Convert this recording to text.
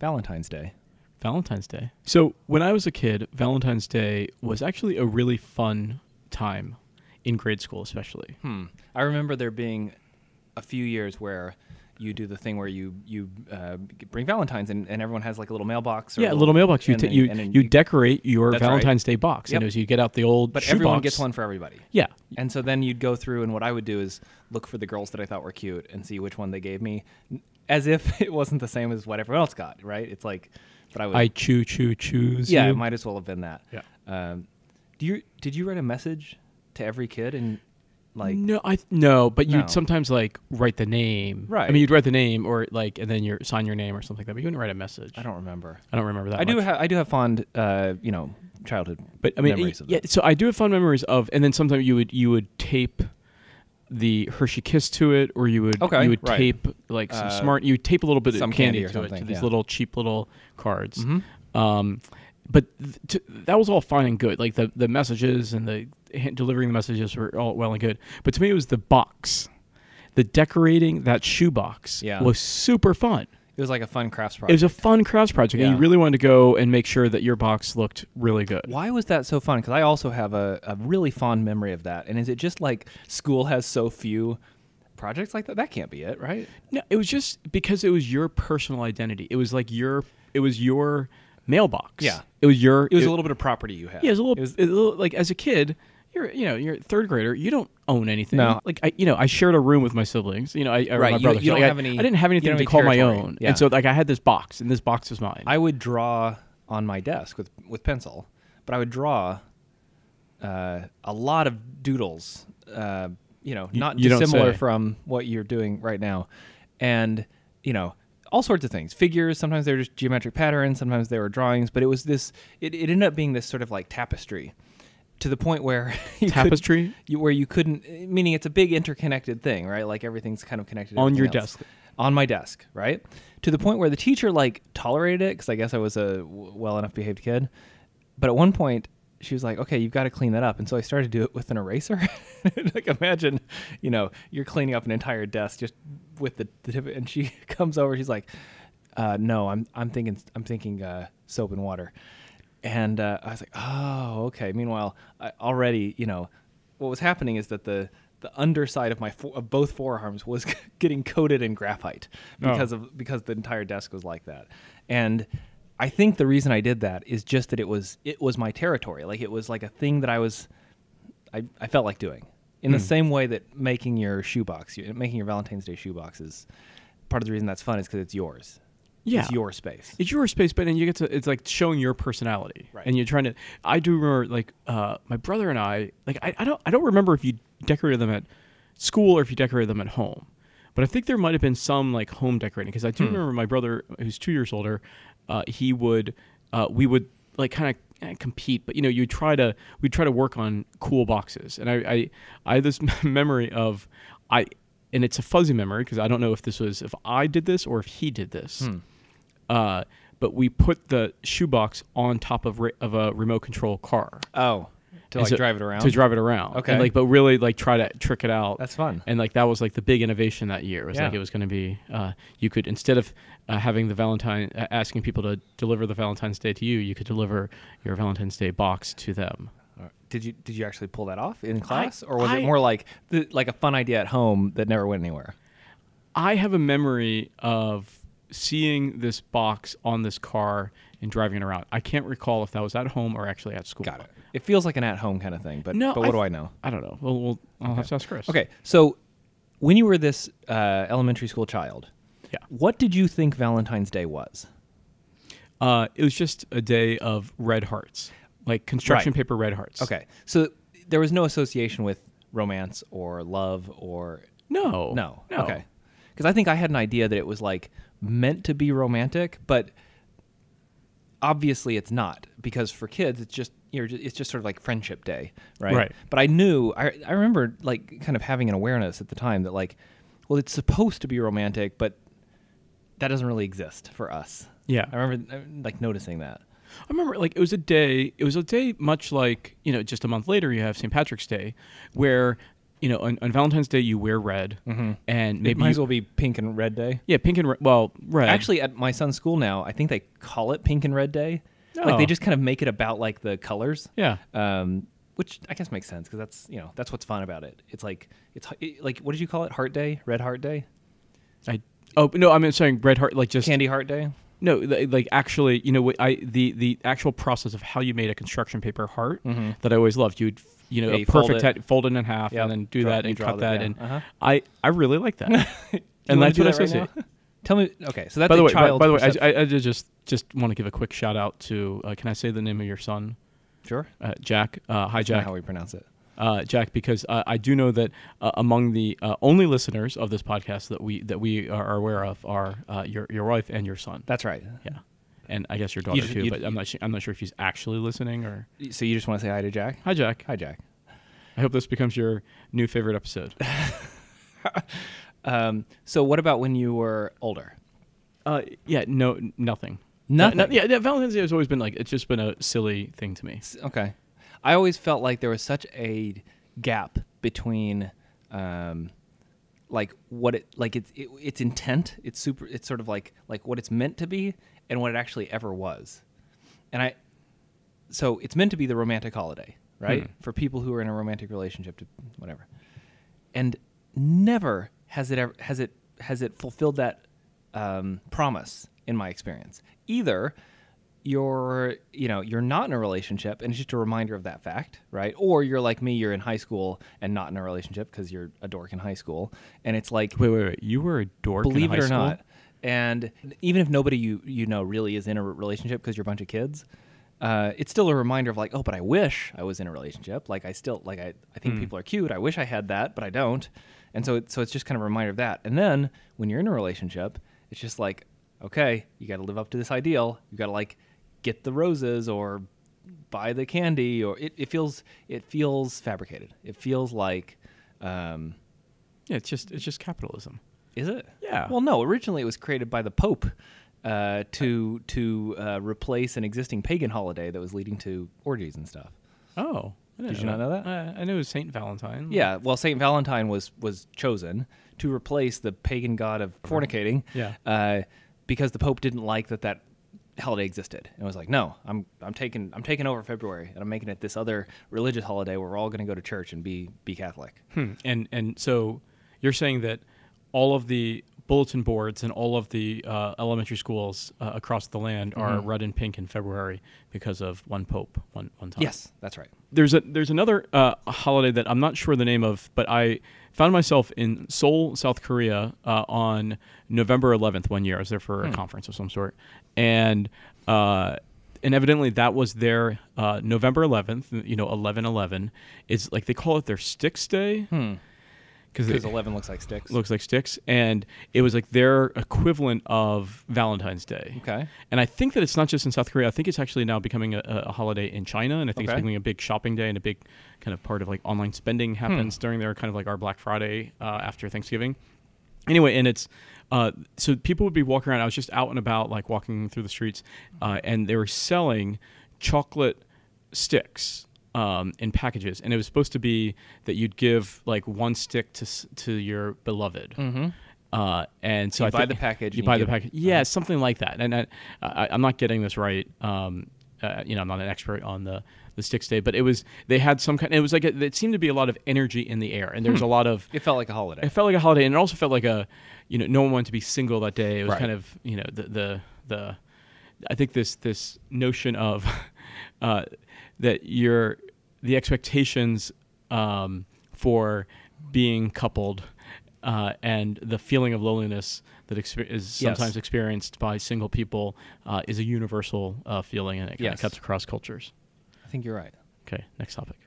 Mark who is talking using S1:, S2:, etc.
S1: Valentine's Day.
S2: Valentine's Day. So when I was a kid, Valentine's Day was actually a really fun time in grade school, especially.
S1: Hmm. I remember there being a few years where you do the thing where you you uh, bring Valentines and, and everyone has like a little mailbox. Or
S2: yeah, a little mailbox. You
S1: and
S2: ta-
S1: then-
S2: you
S1: and then
S2: you decorate your
S1: That's right.
S2: Valentine's Day box.
S1: Yep.
S2: You know, so you get out the old.
S1: but
S2: shoe
S1: everyone
S2: box.
S1: gets one for everybody.
S2: Yeah,
S1: And so then you'd go through, and what I would do is look for the girls that I thought were cute and see which one they gave me, n- as if it wasn't the same as what everyone else got, right? It's like, but I would.
S2: I choo choo choose.
S1: yeah,
S2: you.
S1: it might as well have been that.
S2: Yeah.
S1: Um, do you did you write a message to every kid and like
S2: no, I th- no, but
S1: No.
S2: you'd sometimes like write the name. I
S1: Right.
S2: mean, you'd write the name or like, and then you sign your name or something like that. But you wouldn't write a message.
S1: I don't remember.
S2: I don't remember that.
S1: I do
S2: much.
S1: have I do have fond uh, you know childhood
S2: but I mean,
S1: memories of
S2: yeah.
S1: that.
S2: So I do have fun memories of, and then sometimes you would you would tape the Hershey Kiss to it, or you would
S1: Okay,
S2: you would
S1: right.
S2: tape like some
S1: Uh,
S2: smart you would tape a little bit
S1: some
S2: of
S1: candy
S2: candy,
S1: or
S2: to it, to
S1: something,
S2: these
S1: yeah.
S2: little cheap little cards.
S1: Mhm.
S2: Um, but th- t- that was all fine and good. Like the the messages and the hand- delivering the messages were all well and good. But to me, it was the box, the decorating that shoebox
S1: Yeah.
S2: was super fun.
S1: It was like a fun crafts
S2: It
S1: project.
S2: was a fun crafts project, and
S1: Yeah.
S2: you really wanted to go and make sure that your box looked really good.
S1: Why was that so fun? Because I also have a, a really fond memory of that. And is it just like school has so few projects like that? That can't be it, right?
S2: No, it was just because it was your personal identity. It was like your it was your mailbox.
S1: Yeah.
S2: It was your
S1: It was a little bit of property you had.
S2: Yeah, it was a little,
S1: It was-
S2: it was a little- like as a kid, you're you know, you're a third grader, you don't own anything.
S1: No.
S2: Like I you know, I shared a room with my siblings, you know, I, I
S1: Right,
S2: my
S1: you-
S2: brothers.
S1: you don't
S2: Like, I-
S1: have any-
S2: I didn't have
S1: you
S2: anything
S1: don't
S2: to
S1: have
S2: call
S1: any
S2: my
S1: territory.
S2: own.
S1: Yeah.
S2: And so like I had this box and this box was mine.
S1: I would draw on my desk with, with pencil, but I would draw uh, a lot of doodles, uh, you know,
S2: You-
S1: not
S2: you don't
S1: dissimilar
S2: say.
S1: from what you're doing right now. And, you know, all sorts of things figures sometimes they were just geometric patterns sometimes they were drawings but it was this it, it ended up being this sort of like tapestry to the point where you could-
S2: Tapestry?
S1: you, where you couldn't meaning it's a big interconnected thing right like everything's kind of connected to
S2: On
S1: everything
S2: your
S1: else.
S2: desk.
S1: on my desk right to the point where the teacher like tolerated it because i guess i was a w- well enough behaved kid but at one point she was like okay you've got to clean that up and so i started to do it with an eraser like imagine you know you're cleaning up an entire desk just with the, the tip- and she comes over she's like uh, no i'm i'm thinking i'm thinking uh, soap and water and uh, I was like, "Oh, okay." Meanwhile, I already, you know, what was happening is that the the underside of my fo- of both forearms was getting coated in graphite
S2: Oh.
S1: because of because the entire desk was like that. And I think the reason I did that is just that it was it was my territory. Like it was like a thing that I was I, I felt like doing. In
S2: Hmm.
S1: the same way that making your shoebox, you- making your Valentine's Day shoebox is part of the reason that's fun is because it's yours.
S2: yeah.
S1: It's your space.
S2: It's your space, but then you get to it's like showing your personality,
S1: Right.
S2: and you're trying to. I do remember like uh, my brother and I like I, I don't I don't remember if you decorated them at school or if you decorated them at home, but I think there might have been some like home decorating because I do remember my brother who's two years older, uh, he would uh, we would like kind of eh, compete, but you know you try to we try to work on cool boxes, and I I, I have this memory of I. And it's a fuzzy memory because I don't know if this was if I did this or if he did this uh, but we put the shoebox on top of re- of a remote control car
S1: Oh, to
S2: And
S1: like
S2: so-
S1: drive it around.
S2: to drive it around.
S1: Okay.
S2: and like but really like try to trick it out.
S1: That's fun.
S2: And like that was like the big innovation that year. It was like
S1: Yeah.
S2: it was going to be uh, you could instead of uh, having the Valentine uh, asking people to deliver the Valentine's Day to you, you could deliver your Valentine's Day box to them.
S1: Alright. Did you did you actually pull that off in class, or was
S2: I-
S1: it more like the, like a fun idea at home that never went anywhere?
S2: I have a memory of seeing this box on this car and driving it around. I can't recall if that was at home or actually at school.
S1: Got it. It feels like an at home kind of thing, but
S2: No,
S1: but what
S2: I
S1: do
S2: th-
S1: I know?
S2: I don't know. Well, we'll I'll have to ask Chris.
S1: Okay, so when you were this uh, elementary school child,
S2: Yeah.
S1: what did you think Valentine's Day was?
S2: Uh, it was just a day of red hearts, like construction
S1: Right.
S2: paper red hearts.
S1: Okay, so there was no association with romance or love or
S2: No.
S1: no,
S2: No.
S1: okay, because I think I had an idea that it was like meant to be romantic, but obviously it's not because for kids it's just you're ju- it's just sort of like friendship day right
S2: Right.
S1: but i knew I, I remember like kind of having an awareness at the time that like well it's supposed to be romantic but that doesn't really exist for us
S2: Yeah.
S1: i remember uh, like noticing that
S2: I remember like it was a day. It was a day much like you know just a month later you have St. Patrick's Day, where you know, on, on Valentine's Day you wear red, and
S1: Mm-hmm. It
S2: maybe
S1: might
S2: you-
S1: as well be pink and red day.
S2: yeah, pink and red. Well, red.
S1: Actually, at my son's school now, I think they call it pink and red day. Like
S2: Oh.
S1: they just kind of make it about like the colors.
S2: yeah,
S1: Um, which I guess makes sense because that's you know that's what's fun about it. It's like it's it, like what did you call it? Heart day, red heart day,
S2: I. Oh no, I'm saying red heart. Like just
S1: candy heart day.
S2: No, th- like actually, you know, what I the the actual process of how you made a construction paper heart that I always loved. You'd you know
S1: Mm-hmm. Yeah,
S2: a
S1: you fold
S2: perfect
S1: it.
S2: head, fold it in half
S1: Yep.
S2: and then do
S1: Draw-
S2: that
S1: you
S2: and
S1: draw
S2: cut
S1: that,
S2: that.
S1: yeah.
S2: And
S1: Uh-huh.
S2: I I really like that,
S1: You wanna
S2: and that's
S1: do
S2: what I
S1: that right
S2: associate.
S1: now? Tell me. Okay, so that's
S2: by the
S1: a
S2: way, by,
S1: child's
S2: by the way,
S1: perception.
S2: I, I, I did just just want to give a quick shout out to. Uh, can I say the name of your son,
S1: sure.
S2: uh, Jack? Uh, hi,
S1: I don't know
S2: Jack.
S1: how we pronounce it.
S2: uh, Jack, because uh, I do know that uh, among the uh, only listeners of this podcast that we that we are aware of are uh, your your wife and your son.
S1: That's right.
S2: Yeah, and I guess your daughter
S1: just-
S2: too.
S1: you-
S2: but I'm not. su- I'm not sure if he's actually listening or.
S1: So you just want to say hi to Jack?
S2: Hi, Jack.
S1: Hi, Jack.
S2: I hope this becomes your new favorite episode.
S1: Um, so what about when you were older?
S2: uh, yeah. No, n- nothing.
S1: Nothing?
S2: No- no- yeah, yeah, Valentine's Day has always been like it's just been a silly thing to me.
S1: S- Okay. I always felt like there was such a gap between, um, like what it like it's it, its intent. It's super. It's sort of like like what it's meant to be and what it actually ever was. And I, so it's meant to be the romantic holiday, right?
S2: Hmm.
S1: For people who are in a romantic relationship to whatever. And never has it ever has it has it fulfilled that um, promise in my experience. Either you're you know you're not in a relationship and it's just a reminder of that fact right or you're like me you're in high school and not in a relationship because you're a dork in high school and it's like
S2: Wait, wait, wait. You were a dork. in
S1: believe
S2: high
S1: it or
S2: school?
S1: not and even if nobody you you know really is in a re- relationship because you're a bunch of kids uh, it's still a reminder of like oh but i wish i was in a relationship like i still like i, I
S2: Hmm.
S1: think people are cute i wish i had that but i don't and so it, so it's just kind of a reminder of that and then when you're in a relationship it's just like okay you got to live up to this ideal you got to like get the roses or buy the candy or it, it feels it feels fabricated it feels like um,
S2: Yeah, it's just it's just capitalism.
S1: is it?
S2: Yeah.
S1: Well, no. Originally, it was created by the Pope uh, to to uh, replace an existing pagan holiday that was leading to orgies and stuff.
S2: Oh, I didn't
S1: Did you not know that?
S2: Uh, I knew it was Saint Valentine.
S1: Yeah. Well, Saint Valentine was was chosen to replace the pagan god of fornicating.
S2: Yeah.
S1: Uh, because the Pope didn't like that that holiday existed and was like, no, I'm I'm taking I'm taking over February and I'm making it this other religious holiday where we're all going to go to church and be be Catholic.
S2: Hmm. And and so you're saying that all of the bulletin boards and all of the uh, elementary schools uh, across the land are red and pink in February because of one pope one one time.
S1: Yes, that's right.
S2: There's a there's another uh, holiday that I'm not sure the name of, but I found myself in Seoul, South Korea, uh, on November 11th one year. I was there for a conference of some sort, and. Uh, and evidently that was their uh, November 11th, you know, 11-11. It's like they call it their Sticks Day because
S1: Because eleven looks like sticks.
S2: looks like sticks and it was like their equivalent of valentine's day
S1: Okay.
S2: and i think that it's not just in south korea i think it's actually now becoming a, a holiday in china and i think
S1: Okay.
S2: it's becoming a big shopping day and a big kind of part of like online spending
S1: Hmm.
S2: happens during their kind of like our black friday uh, after thanksgiving anyway and it's uh, so people would be walking around i was just out and about like walking through the streets uh, and they were selling chocolate sticks um, in packages, and it was supposed to be that you'd give like one stick to s- to your beloved. Mm-hmm. Uh, and so
S1: You
S2: I
S1: buy
S2: think-
S1: the package
S2: You
S1: and you Uh-huh.
S2: buy the
S1: give-
S2: package. Yeah, something like that. And I, I, I'm not getting this right. Um, uh, you know, I'm not an expert on the the sticks day, but it was they had some kind. It was like a, it seemed to be a lot of energy in the air, and there was
S1: Hmm.
S2: a lot of
S1: It felt like a holiday.
S2: it felt like a holiday, and it also felt like a, you know, no one wanted to be single that day. It was
S1: Right.
S2: kind of, you know, the the the, I think this this notion of, uh, that your the expectations um, for being coupled, uh, and the feeling of loneliness that exper- is
S1: Yes.
S2: sometimes experienced by single people uh, is a universal uh, feeling, and it kind
S1: Yes.
S2: of cuts across cultures.
S1: I think you're right.
S2: Okay, next topic.